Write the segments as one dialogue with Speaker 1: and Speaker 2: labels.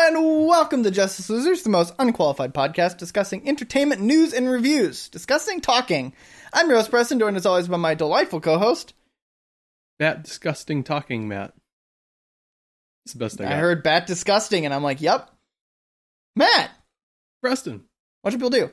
Speaker 1: And welcome to Justice Losers, the most unqualified podcast discussing entertainment news and reviews, discussing talking. I'm your host, Preston, joined as always by my delightful co host.
Speaker 2: That disgusting talking, Matt. It's the best I,
Speaker 1: I
Speaker 2: got.
Speaker 1: heard Bat Disgusting, and I'm like, yep. Matt,
Speaker 2: Preston,
Speaker 1: what should people do?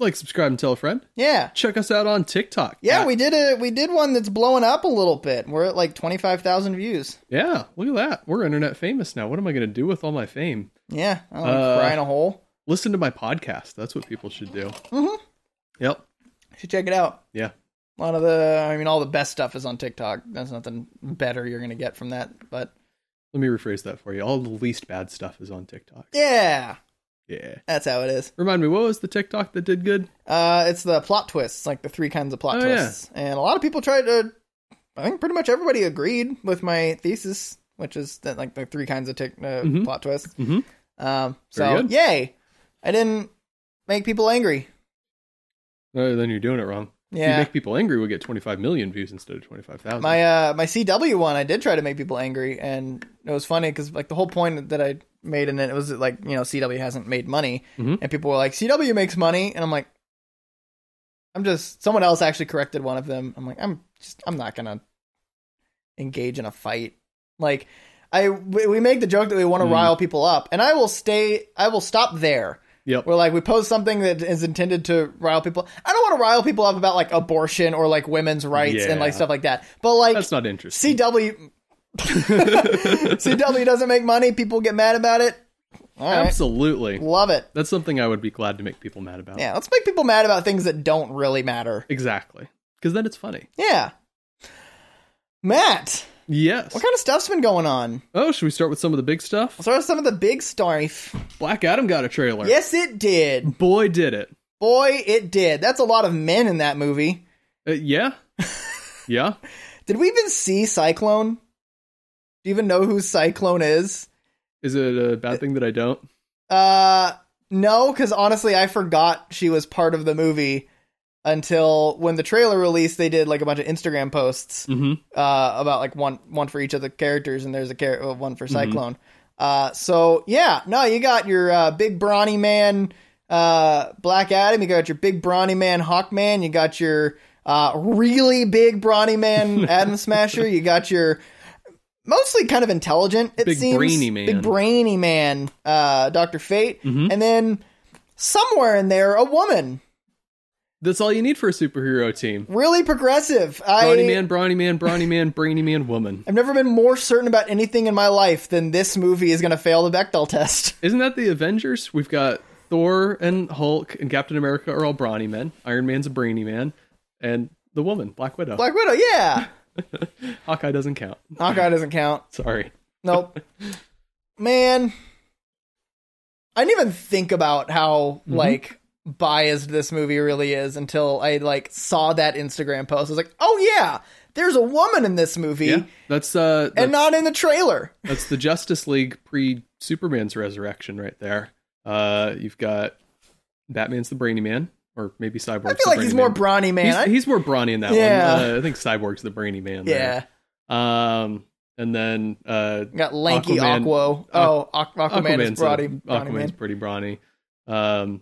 Speaker 2: like, subscribe, and tell a friend.
Speaker 1: Yeah.
Speaker 2: Check us out on TikTok.
Speaker 1: Yeah,
Speaker 2: at-
Speaker 1: we did a we did one that's blowing up a little bit. We're at like twenty five thousand views.
Speaker 2: yeah. Look at that. We're internet famous now. What am I going to do with all my fame?
Speaker 1: Yeah, I don't
Speaker 2: Uh,
Speaker 1: cry in a hole.
Speaker 2: Listen to my podcast. That's what people should do.
Speaker 1: Mhm.
Speaker 2: Yep.
Speaker 1: You should check it out.
Speaker 2: Yeah.
Speaker 1: A lot of the, I mean, all the best stuff is on TikTok. There's nothing better you're gonna get from that. But
Speaker 2: Let me rephrase that for you. All the least bad stuff is on TikTok.
Speaker 1: yeah,
Speaker 2: Yeah.
Speaker 1: that's how it is.
Speaker 2: Remind me, what was the TikTok that did good?
Speaker 1: Uh, it's the plot twists, like the three kinds of plot
Speaker 2: Oh, yeah.
Speaker 1: twists, and a lot of people tried to. I think pretty much everybody agreed with my thesis, which is that like the three kinds of tic- uh,
Speaker 2: Mhm.
Speaker 1: plot twists.
Speaker 2: Mhm.
Speaker 1: Um,
Speaker 2: Very
Speaker 1: so
Speaker 2: good.
Speaker 1: yay! I didn't make people angry.
Speaker 2: Oh, then you're doing it wrong. If you
Speaker 1: Yeah,
Speaker 2: make people angry, we get 25 million views instead of 25,000.
Speaker 1: my uh my CW one, I did try to make people angry, and it was funny because like the whole point that I made in it was that, like you know CW hasn't made money,
Speaker 2: Mhm.
Speaker 1: and people were like CW makes money, and I'm like, I'm just someone else actually corrected one of them. I'm like, I'm just I'm not gonna engage in a fight. Like I we we make the joke that we want to
Speaker 2: Mm.
Speaker 1: rile people up, and I will stay. I will stop there.
Speaker 2: Yep.
Speaker 1: Where like we post something that is intended to rile people. I don't want to rile people up about like abortion or like women's rights and like
Speaker 2: Yeah.
Speaker 1: stuff like that. But like
Speaker 2: That's not interesting.
Speaker 1: CW CW doesn't make money. People get mad about it. All right,
Speaker 2: Absolutely.
Speaker 1: love it.
Speaker 2: That's something I would be glad to make people mad about.
Speaker 1: Yeah, let's make people mad about things that don't really matter.
Speaker 2: Exactly. Because then it's funny.
Speaker 1: Yeah, Matt,
Speaker 2: Yes.
Speaker 1: what kind of stuff's been going on?
Speaker 2: Oh, should we start with some of the big stuff?
Speaker 1: Let's start with some of the big stuff.
Speaker 2: Black Adam got a trailer.
Speaker 1: Yes, it did.
Speaker 2: Boy, did it.
Speaker 1: Boy, it did. That's a lot of men in that movie.
Speaker 2: Uh, yeah. yeah.
Speaker 1: Did we even see Cyclone? Do you even know who Cyclone is?
Speaker 2: Is it a bad thing that I don't?
Speaker 1: Uh, no, because honestly, I forgot she was part of the movie until when the trailer released. They did like a bunch of Instagram posts
Speaker 2: Mm-hmm.
Speaker 1: uh, about like one one for each of the characters, and there's a char- uh, one for
Speaker 2: Mm-hmm.
Speaker 1: Cyclone. Uh, so yeah, no, you got your uh, big brawny man, uh, Black Adam. You got your big brawny man, Hawkman. You got your uh, really big brawny man, Adam Smasher. You got your mostly kind of intelligent. It
Speaker 2: Big
Speaker 1: seems
Speaker 2: brainy man.
Speaker 1: big brainy man, uh, Doctor Fate,
Speaker 2: Mhm.
Speaker 1: and then somewhere in there, a woman,
Speaker 2: That's all you need for a superhero team.
Speaker 1: really progressive.
Speaker 2: Brawny
Speaker 1: I,
Speaker 2: man, brawny man, brawny man, brainy man, woman.
Speaker 1: I've never been more certain about anything in my life than this movie is going to fail the Bechdel test.
Speaker 2: Isn't that the Avengers? We've got Thor and Hulk and Captain America are all brawny men. Iron Man's a brainy man. And the woman, Black Widow.
Speaker 1: Black Widow, yeah.
Speaker 2: Hawkeye doesn't count.
Speaker 1: Hawkeye doesn't count.
Speaker 2: Sorry.
Speaker 1: Nope. Man, I didn't even think about how
Speaker 2: Mm-hmm.
Speaker 1: like biased this movie really is until I like saw that Instagram post. I was like, oh yeah, there's a woman in this movie
Speaker 2: Yeah. That's uh that's,
Speaker 1: and not in the trailer.
Speaker 2: That's the Justice League pre Superman's resurrection right there. Uh, you've got Batman's the brainy man, or maybe Cyborg.
Speaker 1: I feel like he's more brawny man.
Speaker 2: He's,
Speaker 1: I-
Speaker 2: he's more brawny in that one.
Speaker 1: Yeah.
Speaker 2: Uh, I think Cyborg's the brainy man.
Speaker 1: yeah,
Speaker 2: there. Um, and then uh,
Speaker 1: got lanky
Speaker 2: Aquaman-
Speaker 1: Aquo. Oh, Aqu- Aquaman is
Speaker 2: Aquaman's
Speaker 1: brawny,
Speaker 2: a-
Speaker 1: brawny
Speaker 2: Aquaman's
Speaker 1: man.
Speaker 2: pretty brawny. Um,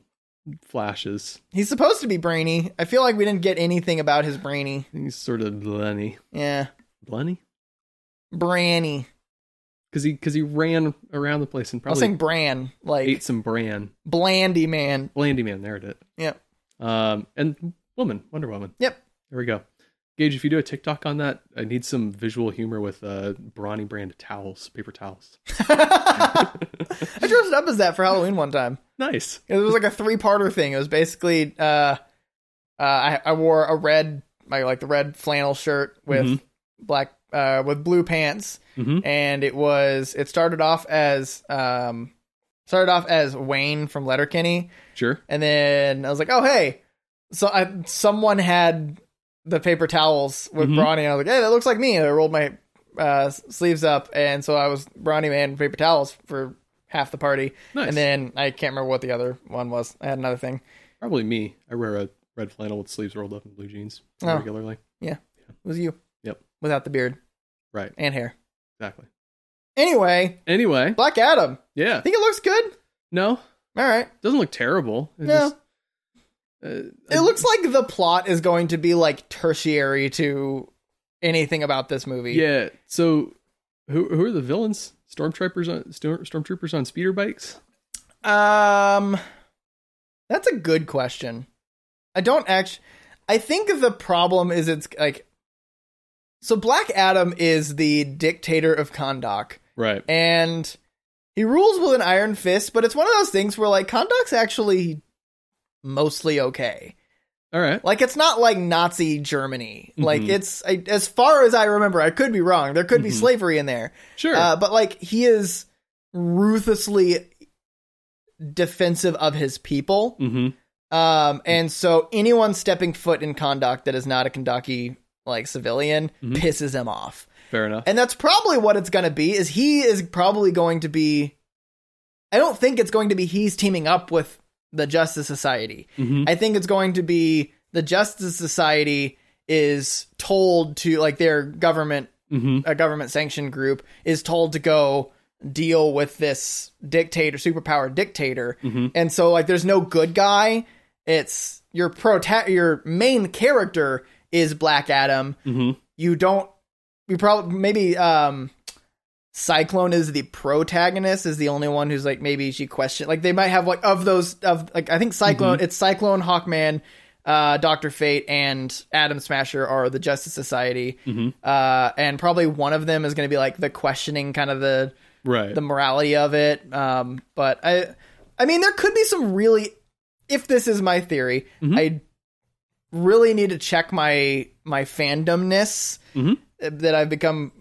Speaker 2: flashes.
Speaker 1: He's supposed to be brainy. I feel like we didn't get anything about his brainy.
Speaker 2: He's sort of Lenny.
Speaker 1: Yeah,
Speaker 2: Lenny.
Speaker 1: branny.
Speaker 2: Because he, cause he ran around the place
Speaker 1: I
Speaker 2: and
Speaker 1: was
Speaker 2: probably
Speaker 1: saying bran, like
Speaker 2: ate some bran.
Speaker 1: blandy man.
Speaker 2: Blandy Man, there it is.
Speaker 1: Yep.
Speaker 2: Um, and Woman, Wonder Woman.
Speaker 1: Yep.
Speaker 2: There we go. Gage, if you do a TikTok on that, I need some visual humor with uh, brawny brand towels, paper towels.
Speaker 1: I dressed up as that for Halloween one time.
Speaker 2: nice.
Speaker 1: It was like a three-parter thing. It was basically uh, uh, I, I wore a red, my like the red flannel shirt with
Speaker 2: Mhm.
Speaker 1: black, uh, with blue pants,
Speaker 2: Mm-hmm.
Speaker 1: and it was it started off as um, started off as Wayne from Letterkenny,
Speaker 2: Sure.
Speaker 1: and then I was like, oh hey, so I, someone had the paper towels with
Speaker 2: Mhm.
Speaker 1: Brawny, and I was like, hey, that looks like me. And I rolled my uh, s- sleeves up, and so I was Brawny man with paper towels for half the party,
Speaker 2: Nice.
Speaker 1: and then I can't remember what the other one was. I had another thing.
Speaker 2: Probably me. I wear a red flannel with sleeves rolled up and blue jeans
Speaker 1: Oh.
Speaker 2: regularly.
Speaker 1: It was you.
Speaker 2: Yep.
Speaker 1: Without the beard
Speaker 2: Right.
Speaker 1: and hair.
Speaker 2: Exactly.
Speaker 1: Anyway,
Speaker 2: Anyway,
Speaker 1: Black Adam.
Speaker 2: yeah.
Speaker 1: Think it looks good?
Speaker 2: No,
Speaker 1: All right.
Speaker 2: doesn't look terrible. It
Speaker 1: No.
Speaker 2: just- uh,
Speaker 1: It looks like the plot is going to be like tertiary to anything about this movie.
Speaker 2: Yeah. So, who who are the villains? Stormtroopers on storm, stormtroopers on speeder bikes.
Speaker 1: Um, that's a good question. I don't actually. I think the problem is it's like. So Black Adam is the dictator of Kondok,
Speaker 2: Right.
Speaker 1: and he rules with an iron fist. But it's one of those things where like Kondok's actually mostly okay.
Speaker 2: All right.
Speaker 1: Like it's not like Nazi Germany. Like
Speaker 2: Mhm.
Speaker 1: it's I, as far as I remember. I could be wrong. There could be
Speaker 2: Mhm.
Speaker 1: slavery in there.
Speaker 2: Sure.
Speaker 1: Uh, but like he is ruthlessly defensive of his people.
Speaker 2: mm-hmm.
Speaker 1: Um, and so anyone stepping foot in Kondak that is not a Kondaki like civilian
Speaker 2: Mhm.
Speaker 1: pisses him off.
Speaker 2: Fair enough.
Speaker 1: And that's probably what it's going to be is he is probably going to be I don't think it's going to be he's teaming up with the Justice Society.
Speaker 2: Mhm.
Speaker 1: I think it's going to be the Justice Society is told to like their government
Speaker 2: Mhm.
Speaker 1: a government sanctioned group is told to go deal with this dictator superpower dictator
Speaker 2: Mhm.
Speaker 1: and so like there's no good guy it's your prota- your main character is black adam
Speaker 2: Mhm.
Speaker 1: you don't you probably maybe um cyclone is the protagonist is the only one who's like maybe she questioned like they might have like of those of like i think cyclone it's cyclone hawkman uh dr fate and adam smasher are the justice society
Speaker 2: Mhm.
Speaker 1: uh and probably one of them is going to be like the questioning kind of the
Speaker 2: Right.
Speaker 1: the morality of it um but i i mean there could be some really if this is my theory
Speaker 2: Mhm.
Speaker 1: i really need to check my my fandomness
Speaker 2: Mhm.
Speaker 1: that I've become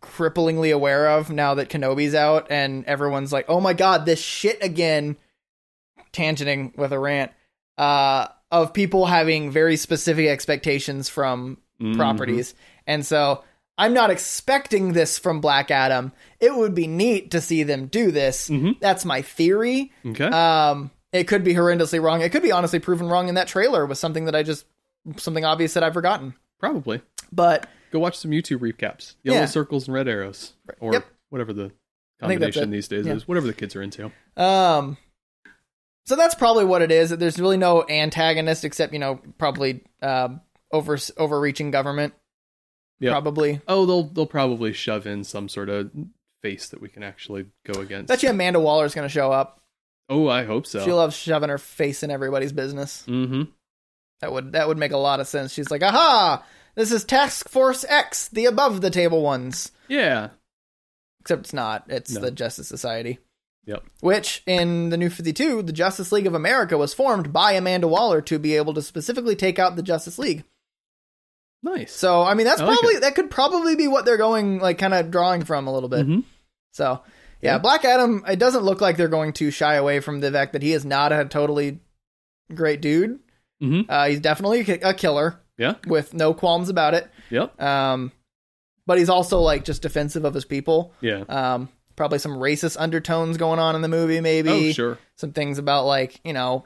Speaker 1: cripplingly aware of now that Kenobi's out and everyone's like, "Oh my god, this shit again." Tangenting with a rant uh, of people having very specific expectations from
Speaker 2: Mhm.
Speaker 1: properties, and so I'm not expecting this from Black Adam. It would be neat to see them do this.
Speaker 2: Mhm.
Speaker 1: That's my theory.
Speaker 2: Okay.
Speaker 1: Um, it could be horrendously wrong. It could be honestly proven wrong in that trailer was something that I just something obvious that I've forgotten.
Speaker 2: Probably.
Speaker 1: But
Speaker 2: Go watch some YouTube recaps. Yellow
Speaker 1: Yeah.
Speaker 2: circles and red arrows, or
Speaker 1: Yep.
Speaker 2: whatever the
Speaker 1: I think that's
Speaker 2: combination
Speaker 1: it.
Speaker 2: these days
Speaker 1: Yeah.
Speaker 2: is. Whatever the kids are into.
Speaker 1: Um, so that's probably what it is. that There's really no antagonist except you know probably um, over overreaching government.
Speaker 2: Yeah.
Speaker 1: Probably
Speaker 2: Oh, they'll they'll probably shove in some sort of face that we can actually go against.
Speaker 1: bet you Amanda Waller's going to show up.
Speaker 2: Oh, I hope so.
Speaker 1: She loves shoving her face in everybody's business.
Speaker 2: mm-hmm.
Speaker 1: That would that would make a lot of sense. She's like, aha, this is Task Force X, the above the table ones.
Speaker 2: Yeah.
Speaker 1: Except it's not. It's
Speaker 2: No.
Speaker 1: the Justice Society.
Speaker 2: Yep.
Speaker 1: Which in the New 52, the Justice League of America was formed by Amanda Waller to be able to specifically take out the Justice League.
Speaker 2: Nice.
Speaker 1: So I mean, that's
Speaker 2: I like
Speaker 1: probably that could probably be what they're going like kind of drawing from a little bit.
Speaker 2: Mhm.
Speaker 1: So yeah,
Speaker 2: Yeah.
Speaker 1: Black Adam. It doesn't look like they're going to shy away from the fact that he is not a totally great dude.
Speaker 2: Mhm.
Speaker 1: Uh, he's definitely a ki- a killer
Speaker 2: Yeah.
Speaker 1: with no qualms about it.
Speaker 2: Yep.
Speaker 1: Um, but he's also like just defensive of his people.
Speaker 2: Yeah.
Speaker 1: Um, probably some racist undertones going on in the movie. Maybe
Speaker 2: Oh, sure.
Speaker 1: some things about like you know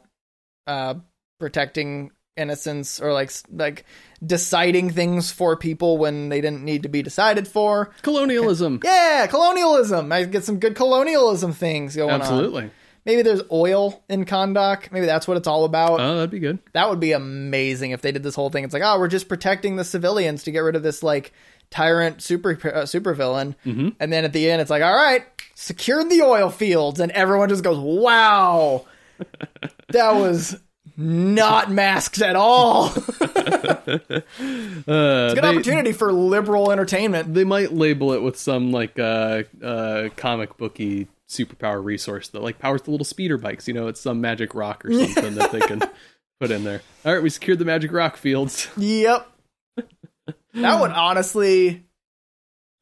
Speaker 1: uh protecting innocence or like s- like deciding things for people when they didn't need to be decided for
Speaker 2: Colonialism.
Speaker 1: yeah colonialism i get some good colonialism things going on
Speaker 2: Absolutely.
Speaker 1: maybe there's oil in kondak maybe that's what it's all about
Speaker 2: Oh, that'd be good.
Speaker 1: that would be amazing if they did this whole thing it's like oh we're just protecting the civilians to get rid of this like tyrant super uh, super villain
Speaker 2: Mhm.
Speaker 1: and then at the end it's like all right secured the oil fields and everyone just goes wow that was not masked at all good
Speaker 2: Uh, they,
Speaker 1: opportunity for liberal entertainment
Speaker 2: They might label it with some like uh, uh, comic booky superpower resource that like powers the little speeder bikes. You know, it's some magic rock or something that they can put in there. All right, we secured the magic rock fields.
Speaker 1: yep that would honestly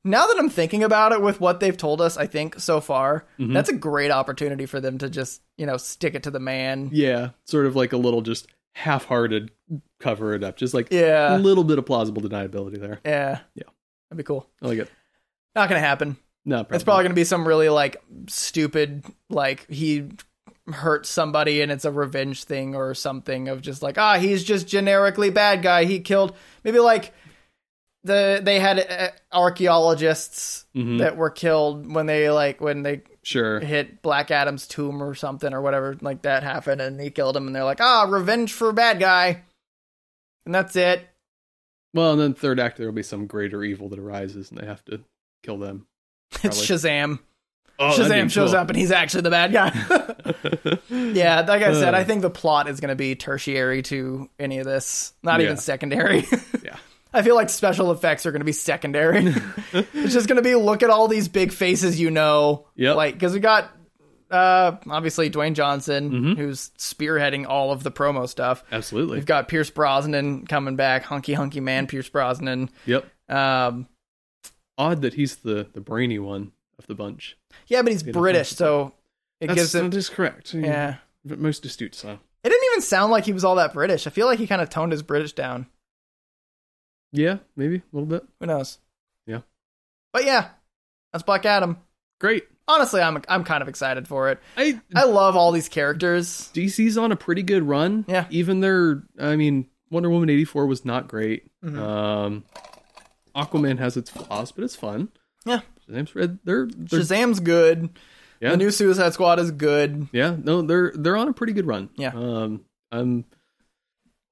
Speaker 1: now that i'm thinking about it with what they've told us i think so far
Speaker 2: Mhm.
Speaker 1: that's a great opportunity for them to just you know stick it to the man
Speaker 2: Yeah, sort of like a little just half-hearted cover it up, just like a
Speaker 1: yeah
Speaker 2: little bit of plausible deniability there.
Speaker 1: yeah
Speaker 2: Yeah.
Speaker 1: that'd be cool
Speaker 2: I like it.
Speaker 1: not gonna happen
Speaker 2: No, probably.
Speaker 1: It's probably going to be some really like stupid, like he hurt somebody and it's a revenge thing or something of just like ah he's just generically bad guy he killed maybe like the they had uh, archaeologists
Speaker 2: Mhm.
Speaker 1: that were killed when they like when they
Speaker 2: Sure.
Speaker 1: hit Black Adam's tomb or something or whatever like that happened and he killed him and they're like ah revenge for bad guy and that's it
Speaker 2: Well, and then third act, there will be some greater evil that arises, and they have to kill them.
Speaker 1: it's Shazam
Speaker 2: Oh, that'd be
Speaker 1: Shazam shows
Speaker 2: cool.
Speaker 1: up and he's actually the bad guy yeah like I said
Speaker 2: Uh.
Speaker 1: I think the plot is going to be tertiary to any of this not even
Speaker 2: Yeah.
Speaker 1: secondary
Speaker 2: Yeah.
Speaker 1: I feel like special effects are going to be secondary. it's just going to be look at all these big faces you know.
Speaker 2: Yep.
Speaker 1: Like, because we got uh, obviously Dwayne Johnson,
Speaker 2: Mhm.
Speaker 1: who's spearheading all of the promo stuff.
Speaker 2: Absolutely.
Speaker 1: We've got Pierce Brosnan coming back, hunky hunky man, Pierce Brosnan.
Speaker 2: Yep.
Speaker 1: Um,
Speaker 2: Odd that he's the the brainy one of the bunch.
Speaker 1: yeah, but he's
Speaker 2: Peter
Speaker 1: British,
Speaker 2: Parker.
Speaker 1: so it
Speaker 2: That's,
Speaker 1: gives him.
Speaker 2: that is correct.
Speaker 1: Yeah,
Speaker 2: But most astute. So
Speaker 1: it didn't even sound like he was all that British. I feel like he kind of toned his British down.
Speaker 2: yeah, maybe a little bit.
Speaker 1: Who knows?
Speaker 2: Yeah.
Speaker 1: but yeah, that's Black Adam.
Speaker 2: Great.
Speaker 1: Honestly, I'm I'm kind of excited for it.
Speaker 2: I
Speaker 1: I love all these characters.
Speaker 2: DC's on a pretty good run.
Speaker 1: Yeah.
Speaker 2: Even their, I mean, Wonder Woman eighty four was not great.
Speaker 1: Mhm.
Speaker 2: Um, Aquaman has its flaws, but it's fun.
Speaker 1: Yeah.
Speaker 2: Shazam's red. They're, they're
Speaker 1: Shazam's good.
Speaker 2: Yeah.
Speaker 1: The new Suicide Squad is good.
Speaker 2: yeah. No, they're they're on a pretty good run.
Speaker 1: Yeah.
Speaker 2: Um, I'm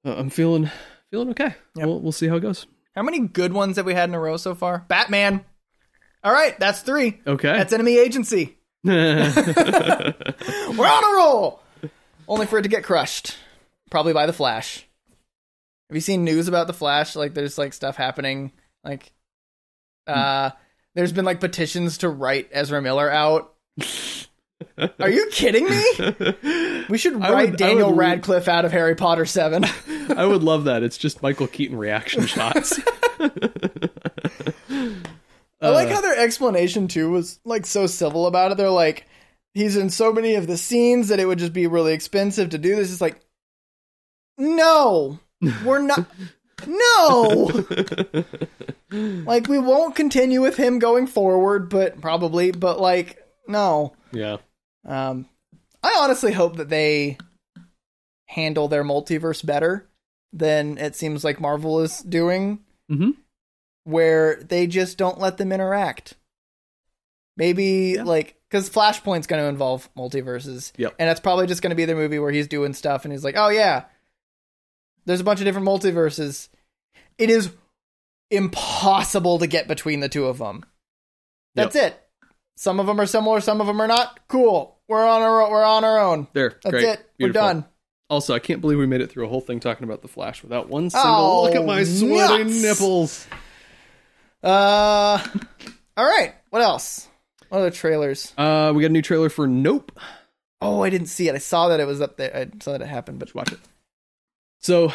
Speaker 2: uh, I'm feeling feeling okay.
Speaker 1: Yeah.
Speaker 2: We'll we'll see how it goes.
Speaker 1: How many good ones have we had in a row so far? Batman. All right, that's three.
Speaker 2: Okay.
Speaker 1: That's Enemy Agency. We're on a roll. Only for it to get crushed, probably by the Flash. Have you seen news about the Flash? Like, there's like stuff happening. Like, uh, there's been like petitions to write Ezra Miller out. Are you kidding me? We should
Speaker 2: I would-
Speaker 1: write
Speaker 2: I
Speaker 1: Daniel
Speaker 2: would-
Speaker 1: Radcliffe out of Harry Potter Seven.
Speaker 2: I would love that. It's just Michael Keaton reaction shots.
Speaker 1: I like how their explanation too was like so civil about it. They're like, he's in so many of the scenes that it would just be really expensive to do this. It's like, no, we're not. No, like we won't continue with him going forward, but probably, but like no.
Speaker 2: yeah.
Speaker 1: Um, I honestly hope that they handle their multiverse better than it seems like Marvel is doing
Speaker 2: hmm
Speaker 1: where they just don't let them interact. Maybe
Speaker 2: Yeah.
Speaker 1: like because Flashpoint's going to involve multiverses,
Speaker 2: Yep.
Speaker 1: and that's probably just going to be the movie where he's doing stuff and he's like, "Oh yeah, there's a bunch of different multiverses." It is impossible to get between the two of them. That's it. Some of them are similar, some of them are not. Cool. We're on our we're on our own.
Speaker 2: There.
Speaker 1: That's
Speaker 2: great.
Speaker 1: it.
Speaker 2: Beautiful.
Speaker 1: We're done.
Speaker 2: Also, I can't believe we made it through a whole thing talking about the Flash without one single
Speaker 1: Oh,
Speaker 2: look at my sweaty
Speaker 1: nuts.
Speaker 2: nipples.
Speaker 1: Uh, all right. What else? What other trailers?
Speaker 2: Uh, we got a new trailer for Nope.
Speaker 1: Oh, I didn't see it. I saw that it was up there. I saw that it happened, but
Speaker 2: Let's watch it. So,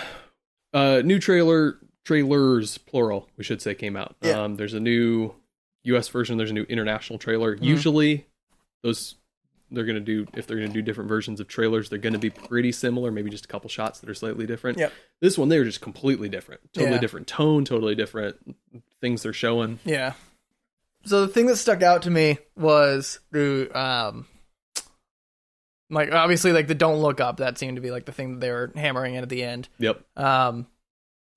Speaker 2: uh, new trailer trailers plural we should say came out.
Speaker 1: Yeah.
Speaker 2: Um, there's a new U.S. version. There's a new international trailer.
Speaker 1: Mm-hmm.
Speaker 2: Usually, those they're gonna do if they're gonna do different versions of trailers, they're gonna be pretty similar. Maybe just a couple shots that are slightly different.
Speaker 1: Yep.
Speaker 2: This one they were just completely different. Totally
Speaker 1: Yeah.
Speaker 2: different tone. Totally different things they're showing.
Speaker 1: Yeah. So the thing that stuck out to me was the um like obviously like the don't look up that seemed to be like the thing that they were hammering in at the end.
Speaker 2: Yep.
Speaker 1: Um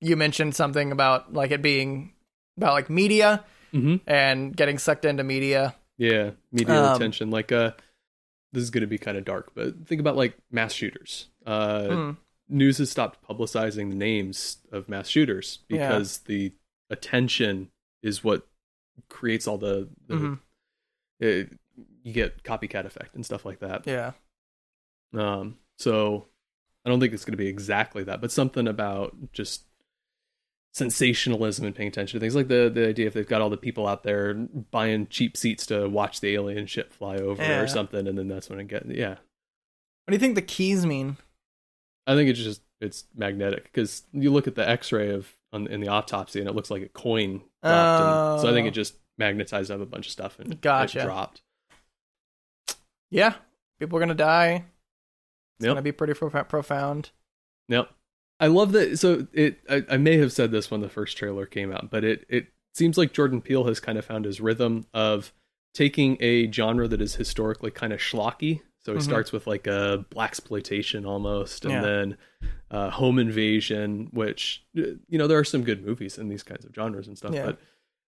Speaker 1: you mentioned something about like it being about like media
Speaker 2: Mm-hmm.
Speaker 1: and getting sucked into media.
Speaker 2: Yeah, media
Speaker 1: Um,
Speaker 2: attention. Like, uh, this is going to be kind of dark, but think about like mass shooters. Uh,
Speaker 1: Mm.
Speaker 2: News has stopped publicizing the names of mass shooters
Speaker 1: Yeah.
Speaker 2: because the attention is what creates all the, the
Speaker 1: Mhm.
Speaker 2: it, you get copycat effect and stuff like that.
Speaker 1: Yeah.
Speaker 2: Um, so I don't think it's going to be exactly that, but something about just sensationalism and paying attention to things like the the idea if they've got all the people out there buying cheap seats to watch the alien ship fly over
Speaker 1: Yeah.
Speaker 2: or something, and then that's when it gets yeah.
Speaker 1: What do you think the keys mean?
Speaker 2: I think it's just it's magnetic because you look at the X-ray of on, in the autopsy and it looks like a coin dropped. and- so I think
Speaker 1: Oh.
Speaker 2: it just magnetized up a bunch of stuff and it
Speaker 1: Gotcha.
Speaker 2: dropped.
Speaker 1: Yeah. People are going to die. It's
Speaker 2: Yep.
Speaker 1: going to be pretty prof- profound.
Speaker 2: Yep. I love that. So it, I, I may have said this when the first trailer came out, but it, it seems like Jordan Peele has kind of found his rhythm of taking a genre that is historically kind of schlocky. So he
Speaker 1: Mhm.
Speaker 2: starts with like a black exploitation almost, and
Speaker 1: Yeah.
Speaker 2: then uh, Home Invasion, which uh, you know there are some good movies in these kinds of genres and stuff,
Speaker 1: Yeah.
Speaker 2: but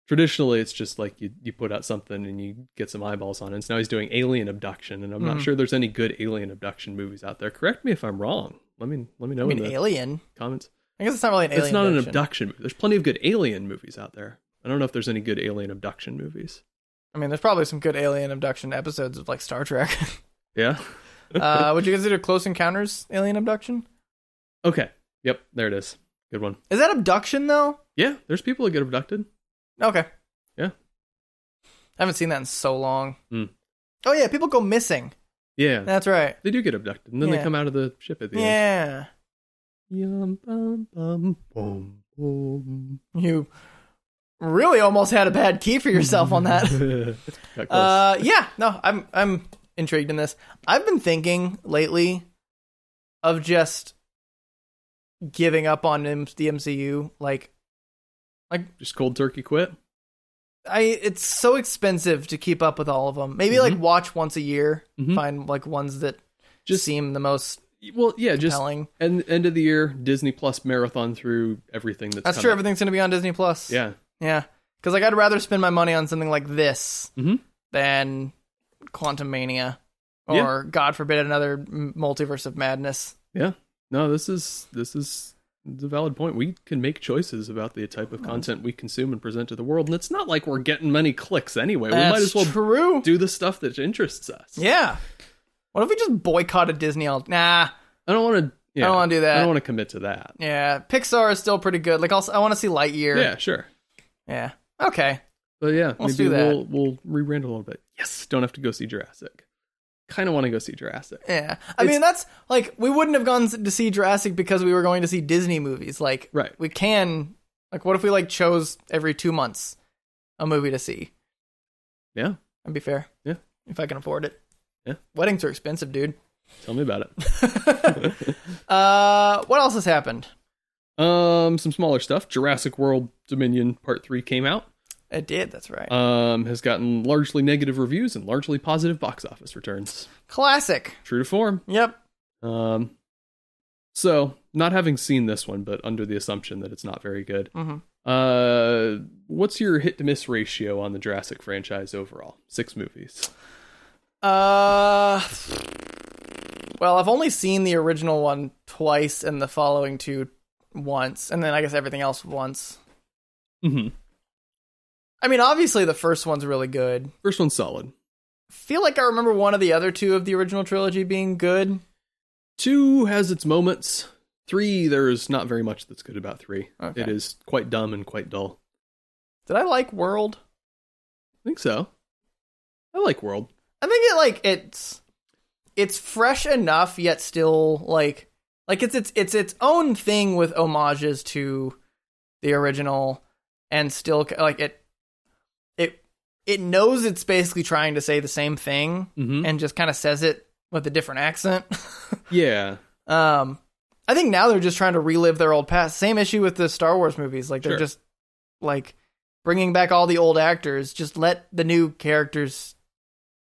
Speaker 2: traditionally it's just like you you put out something and you get some eyeballs on it. And so now he's doing Alien Abduction, and I'm not
Speaker 1: Mhm.
Speaker 2: sure there's any good Alien Abduction movies out there. Correct me if I'm wrong. Let me let me know
Speaker 1: I mean,
Speaker 2: in the
Speaker 1: Alien.
Speaker 2: comments.
Speaker 1: I guess it's not really an alien.
Speaker 2: it's not an
Speaker 1: abduction.
Speaker 2: abduction movie. There's plenty of good Alien movies out there. I don't know if there's any good Alien Abduction movies.
Speaker 1: I mean, there's probably some good alien abduction episodes of like Star Trek.
Speaker 2: Yeah.
Speaker 1: uh, would you consider Close Encounters alien abduction?
Speaker 2: Okay. Yep. There it is. Good one.
Speaker 1: Is that abduction though?
Speaker 2: Yeah. There's people that get abducted.
Speaker 1: Okay.
Speaker 2: Yeah.
Speaker 1: I haven't seen that in so long.
Speaker 2: Hmm.
Speaker 1: Oh yeah, people go missing.
Speaker 2: Yeah.
Speaker 1: That's right.
Speaker 2: They do get abducted, and then
Speaker 1: Yeah.
Speaker 2: they come out of the ship at the end.
Speaker 1: Yeah.
Speaker 2: Yum, bum, bum, boom, boom.
Speaker 1: You really almost had a bad key for yourself on that.
Speaker 2: Got close.
Speaker 1: Uh, yeah, no, I'm I'm intrigued in this. I've been thinking lately of just giving up on M- the MCU. Like,
Speaker 2: Just cold turkey quit.
Speaker 1: I it's so expensive to keep up with all of them. Maybe
Speaker 2: Mm-hmm.
Speaker 1: like watch once a year,
Speaker 2: Mhm.
Speaker 1: find like ones that just
Speaker 2: Just-
Speaker 1: seem the most
Speaker 2: Well, yeah, just
Speaker 1: telling.
Speaker 2: end end of the year Disney Plus marathon through everything that's
Speaker 1: That's
Speaker 2: come
Speaker 1: true.
Speaker 2: out.
Speaker 1: Everything's gonna be on Disney Plus.
Speaker 2: Yeah,
Speaker 1: yeah. Because like I'd rather spend my money on something like this
Speaker 2: Mhm.
Speaker 1: than Quantum Mania
Speaker 2: Yeah.
Speaker 1: or God forbid another m- multiverse of madness.
Speaker 2: yeah. No, this is this is it's a valid point. We can make choices about the type of content we consume and present to the world, and it's not like we're getting many clicks anyway. we might
Speaker 1: That's
Speaker 2: as well
Speaker 1: true.
Speaker 2: do the stuff that interests us.
Speaker 1: Yeah. What if we just boycotted Disney all Nah.
Speaker 2: I don't want to. Yeah,
Speaker 1: I don't wanna do that.
Speaker 2: I don't want to commit to that.
Speaker 1: Yeah. Pixar is still pretty good. Like also I want to see Lightyear.
Speaker 2: Yeah, sure.
Speaker 1: Yeah. Okay.
Speaker 2: But yeah,
Speaker 1: Let's do
Speaker 2: maybe
Speaker 1: that.
Speaker 2: we'll we'll rebrand a little bit. Yes, don't have to go see Jurassic. Kind of want to go see Jurassic.
Speaker 1: Yeah. I
Speaker 2: It's-
Speaker 1: mean that's like we wouldn't have gone to see Jurassic because we were going to see Disney movies. Like
Speaker 2: Right.
Speaker 1: we can like what if we like chose every 2 months a movie to see?
Speaker 2: Yeah.
Speaker 1: That'd be fair.
Speaker 2: Yeah.
Speaker 1: If I can afford it.
Speaker 2: Yeah.
Speaker 1: Weddings are expensive, dude.
Speaker 2: Tell me about
Speaker 1: uh what else has happened?
Speaker 2: it. um, some smaller stuff. Jurassic World Dominion Part Three came out.
Speaker 1: It did, that's right.
Speaker 2: Um, has gotten largely negative reviews and largely positive box office returns.
Speaker 1: Classic.
Speaker 2: True to form.
Speaker 1: Yep.
Speaker 2: Um, so not having seen this one, but under the assumption that it's not very good.
Speaker 1: Mhm.
Speaker 2: Uh, what's your hit to miss ratio on the Jurassic franchise overall? Six movies.
Speaker 1: Uh, well, I've only seen the original one twice, and the following two once, and then I guess everything else once.
Speaker 2: Mm-hmm.
Speaker 1: I mean, obviously the first one's really good.
Speaker 2: First one's solid.
Speaker 1: Feel like I remember one of the other two of the original trilogy being good.
Speaker 2: Two has its moments. Three, there's not very much that's good about three.
Speaker 1: Okay.
Speaker 2: It is quite dumb and quite dull.
Speaker 1: Did I like World?
Speaker 2: I think so. I like World.
Speaker 1: I think it like it's it's fresh enough yet still like like it's it's it's its own thing with homages to the original and still ca- like it it it knows it's basically trying to say the same thing
Speaker 2: Mm-hmm.
Speaker 1: and just kind of says it with a different accent.
Speaker 2: Yeah.
Speaker 1: um I think now they're just trying to relive their old past. Same issue with the Star Wars movies. Like they're
Speaker 2: Sure.
Speaker 1: just like bringing back all the old actors. Just let the new characters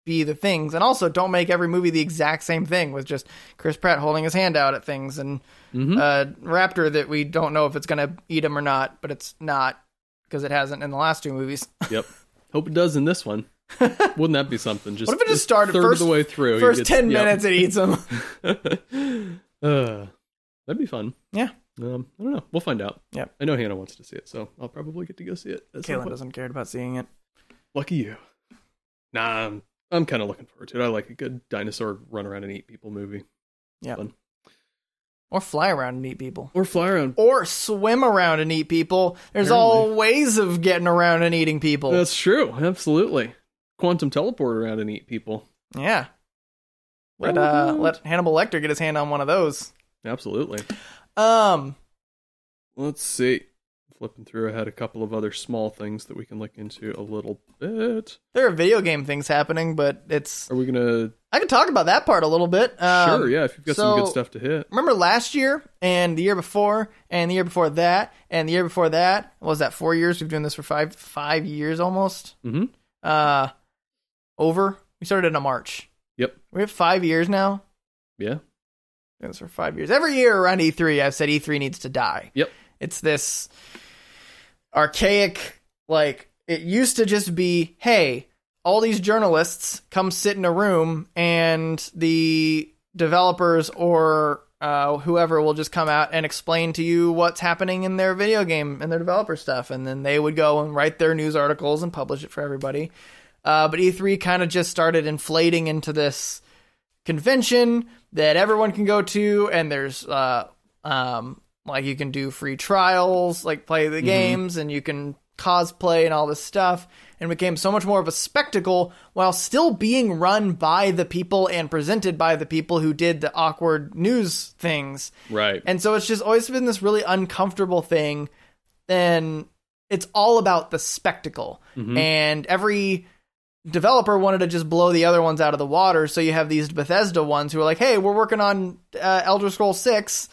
Speaker 1: be the things, and also don't make every movie the exact same thing with just Chris Pratt holding his hand out at things and
Speaker 2: Mm-hmm.
Speaker 1: a raptor that we don't know if it's gonna eat him or not, but it's not because it hasn't in the last two movies.
Speaker 2: yep. Hope it does in this one. Wouldn't that be something? Just
Speaker 1: What if it just started
Speaker 2: third
Speaker 1: first-
Speaker 2: of the way through? you
Speaker 1: First
Speaker 2: get-
Speaker 1: ten
Speaker 2: yep.
Speaker 1: minutes, it eats him.
Speaker 2: uh, that'd be fun.
Speaker 1: Yeah.
Speaker 2: Um, I don't know. We'll find out.
Speaker 1: Yep.
Speaker 2: I know Hannah wants to see it, so I'll probably get to go see it. at some
Speaker 1: Kaylin
Speaker 2: point.
Speaker 1: doesn't care about seeing it.
Speaker 2: Lucky you. Nah, I'm, I'm kind of looking forward to it. I like a good dinosaur run around and eat people movie.
Speaker 1: Or fly around and eat people.
Speaker 2: Or fly around.
Speaker 1: or swim around and eat people. There's all
Speaker 2: Apparently.
Speaker 1: ways of getting around and eating people.
Speaker 2: That's true. Absolutely. Quantum teleport around and eat people.
Speaker 1: yeah. Let uh,
Speaker 2: Around.
Speaker 1: let Hannibal Lecter get his hand on one of those.
Speaker 2: Absolutely.
Speaker 1: Um,
Speaker 2: Let's see. Flipping through, I had a couple of other small things that we can look into a little bit.
Speaker 1: there are video game things happening, but it's
Speaker 2: Are we gonna?
Speaker 1: I can talk about that part a little bit. Um,
Speaker 2: sure, yeah. If you've got some good
Speaker 1: so-
Speaker 2: stuff to hit,
Speaker 1: Remember last year and the year before and the year before that and the year before that what was that four years? We've been doing this for five five years almost.
Speaker 2: Mhm.
Speaker 1: Uh, over. We started in a March.
Speaker 2: Yep.
Speaker 1: We have five years now.
Speaker 2: yeah.
Speaker 1: Doing this for five years. Every year around E3, I've said E3 needs to die.
Speaker 2: Yep.
Speaker 1: It's this archaic, like, it used to just be, hey, all these journalists come sit in a room and the developers or uh, whoever will just come out and explain to you what's happening in their video game and their developer stuff. And then they would go and write their news articles and publish it for everybody. Uh, but E3 kind of just started inflating into this convention that everyone can go to, and there's uh, um, like you can do free trials, like play the games, and you can cosplay and all this stuff. And it became so much more of a spectacle while still being run by the people and presented by the people who did the awkward news things.
Speaker 2: Right.
Speaker 1: And so it's just always been this really uncomfortable thing. And it's all about the spectacle. And every developer wanted to just blow the other ones out of the water. So you have these Bethesda ones who are like, hey, we're working on uh, Elder Scrolls 6.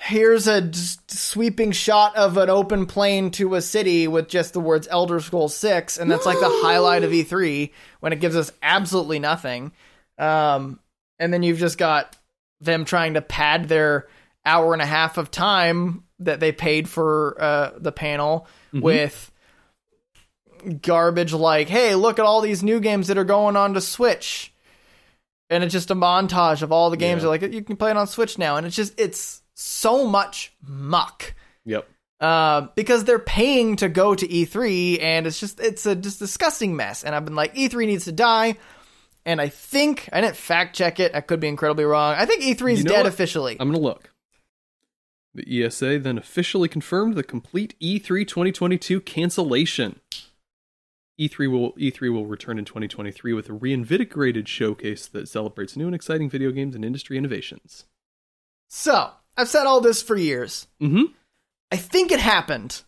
Speaker 1: Here's a just sweeping shot of an open plain to a city with just the words Elder Scrolls 6. And that's like the highlight of E3 when it gives us absolutely nothing. Um, and then you've just got them trying to pad their hour and a half of time that they paid for uh, the panel with garbage like, hey, look at all these new games that are going on to Switch. And it's just a montage of all the games.
Speaker 2: Yeah.
Speaker 1: They're like, you can play it on Switch now. And it's just, it's so much muck.
Speaker 2: Yep.
Speaker 1: Uh, because they're paying to go to E3, and it's just it's a just disgusting mess. And I've been like, E3 needs to die. And I think I didn't fact check it. I could be incredibly wrong. I think E3 is
Speaker 2: You know
Speaker 1: dead
Speaker 2: what? Um,
Speaker 1: officially.
Speaker 2: I'm going to look. The ESA then officially confirmed the complete E E3 2022 cancellation. E3 will E3 will return in 2023 with a reinvigorated showcase that celebrates new and exciting video games and industry innovations.
Speaker 1: so I've said all this for years.
Speaker 2: Mhm.
Speaker 1: I think it happened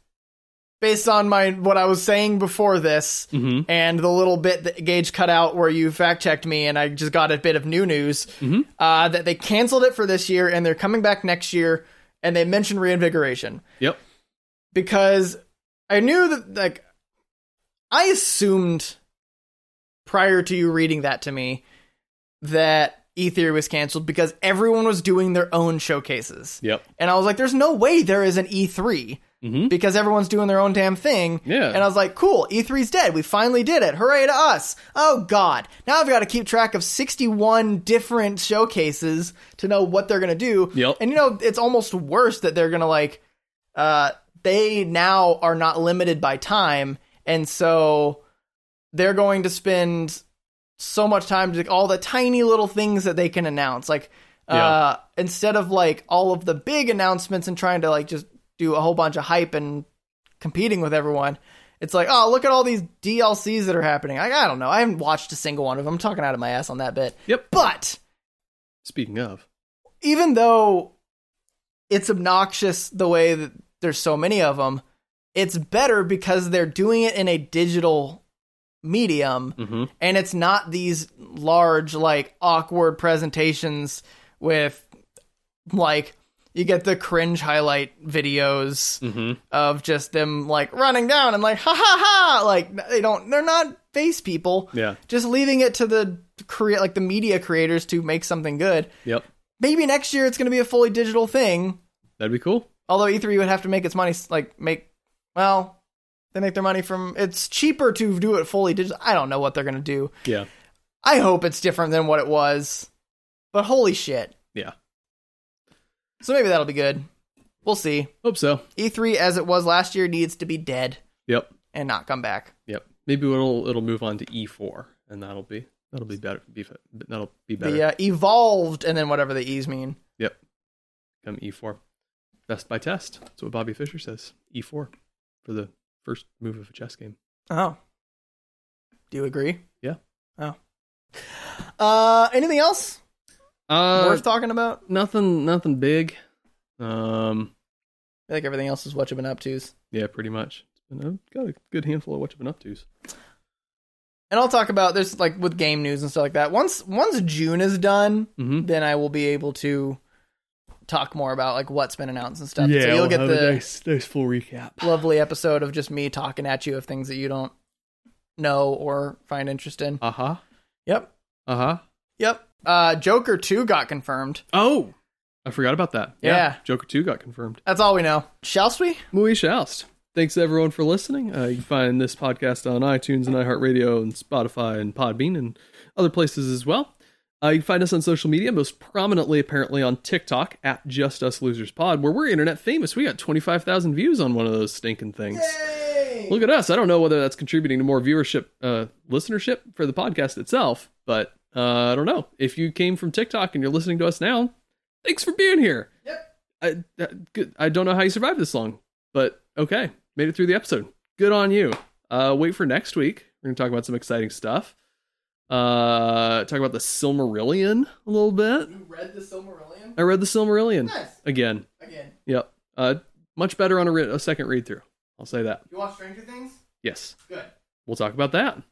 Speaker 1: based on my what I was saying before this
Speaker 2: Mhm.
Speaker 1: and the little bit that Gage cut out where you fact checked me and I just got a bit of new news
Speaker 2: Mm-hmm.
Speaker 1: uh, that they canceled it for this year and they're coming back next year and they mentioned reinvigoration
Speaker 2: Yep.
Speaker 1: because I knew that like I assumed prior to you reading that to me that E3 was canceled because everyone was doing their own showcases.
Speaker 2: Yep.
Speaker 1: And I was like, there's no way there is an E3
Speaker 2: Mhm.
Speaker 1: because everyone's doing their own damn thing.
Speaker 2: Yeah.
Speaker 1: And I was like, cool, E3's dead. We finally did it. Hooray to us. Oh, God. Now I've got to keep track of 61 different showcases to know what they're going to do.
Speaker 2: Yep.
Speaker 1: And, you know, it's almost worse that they're going to, like, uh, they now are not limited by time. And so they're going to spend so much time to all the tiny little things that they can announce. Like, uh, instead of like all of the big announcements and trying to like just do a whole bunch of hype and competing with everyone, it's like, oh, look at all these DLCs that are happening. Like, I don't know. I haven't watched a single one of them. I'm talking out of my ass on that bit.
Speaker 2: Yep.
Speaker 1: But
Speaker 2: Speaking of.
Speaker 1: even though it's obnoxious the way that there's so many of them, it's better because they're doing it in a digital medium
Speaker 2: Mhm.
Speaker 1: and it's not these large like awkward presentations with like you get the cringe highlight videos
Speaker 2: Mhm.
Speaker 1: of just them like running down and like ha ha ha like they don't they're not face people
Speaker 2: Yeah.
Speaker 1: just leaving it to the create like the media creators to make something good
Speaker 2: Yep.
Speaker 1: maybe next year it's going to be a fully digital thing
Speaker 2: That'd be cool.
Speaker 1: although E3 would have to make its money like make well they make their money from it's cheaper to do it fully digital I don't know what they're going to do
Speaker 2: Yeah.
Speaker 1: I hope it's different than what it was. But holy shit.
Speaker 2: Yeah.
Speaker 1: So maybe that'll be good. We'll see.
Speaker 2: Hope so.
Speaker 1: E3 as it was last year needs to be dead
Speaker 2: Yep.
Speaker 1: and not come back.
Speaker 2: Yep. Maybe it'll it'll move on to E4 and that'll be that'll be better be, fe- that'll be better.
Speaker 1: The uh, evolved and then whatever the E's mean.
Speaker 2: Yep. Come E4. Best by test. That's what Bobby Fischer says. E4 for the first move of a chess game.
Speaker 1: Oh. Do you agree?
Speaker 2: Yeah.
Speaker 1: Oh. Uh anything else
Speaker 2: Uh,
Speaker 1: worth talking about?
Speaker 2: nothing, nothing big. Um,
Speaker 1: I think everything else is what you've been up to's.
Speaker 2: yeah, pretty much. And I've got a good handful of what you've been up to's.
Speaker 1: And I'll talk about there's like with game news and stuff like that. Once once June is done,
Speaker 2: Mm-hmm.
Speaker 1: then I will be able to talk more about like what's been announced and stuff. so you'll get the
Speaker 2: nice, nice full recap.
Speaker 1: lovely episode of just me talking at you of things that you don't know or find interest in.
Speaker 2: Uh huh.
Speaker 1: Yep.
Speaker 2: Uh huh.
Speaker 1: Yep. Uh, Joker two got confirmed.
Speaker 2: Oh, I forgot about that.
Speaker 1: Yeah.
Speaker 2: Joker 2 got confirmed.
Speaker 1: That's all we know. Shall we?
Speaker 2: Muy Shoust. Thanks everyone for listening. Uh, you can find this podcast on iTunes and iHeartRadio and Spotify and Podbean and other places as well. Uh, you can find us on social media, most prominently apparently on TikTok at Just Us Losers Pod, where we're internet famous. We got twenty five thousand views on one of those stinking things. Look at us. I don't know whether that's contributing to more viewership, uh, listenership for the podcast itself, but uh, I don't know. If you came from TikTok and you're listening to us now, thanks for being here.
Speaker 1: Yep.
Speaker 2: I, that- good- I don't know how you survived this long, but okay. Made it through the episode. Good on you. Uh, wait for next week. We're going to talk about some exciting stuff. Uh, talk about the Silmarillion a little bit.
Speaker 1: You read the Silmarillion?
Speaker 2: I read the Silmarillion
Speaker 1: Nice.
Speaker 2: again.
Speaker 1: Again,
Speaker 2: Yep. Uh, much better on a, re- a second read through. I'll say that.
Speaker 1: you watch Stranger Things?
Speaker 2: Yes
Speaker 1: Good.
Speaker 2: we'll talk about that.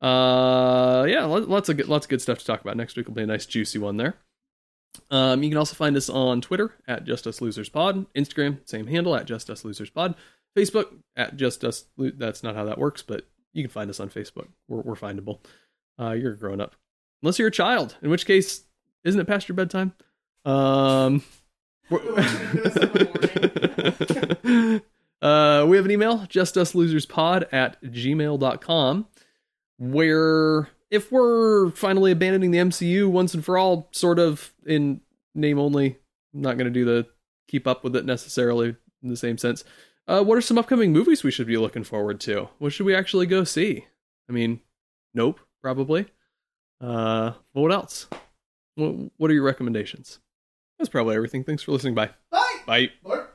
Speaker 2: Uh, yeah, lo- lots of good, lots of good stuff to talk about. Next week will be a nice juicy one there. Um, you can also find us on Twitter at Just Us Losers Pod, Instagram same handle at Just Us Losers Pod, Facebook at Just Us. Lo- That's not how that works, but you can find us on Facebook. We're, we're findable. Uh, you're a grown up, unless you're a child, in which case, isn't it past your bedtime? Um. we're- Uh, we have an email, justuslosers.pod at gmail.com, where if we're finally abandoning the MCU once and for all, sort of in name only, I'm not going to do the keep up with it necessarily in the same sense. Uh, what are some upcoming movies we should be looking forward to? What should we actually go see? I mean, nope, probably. Uh, but what else? What, what are your recommendations? That's probably everything. Thanks for listening. Bye.
Speaker 1: Bye.
Speaker 2: Bye.
Speaker 1: Lord.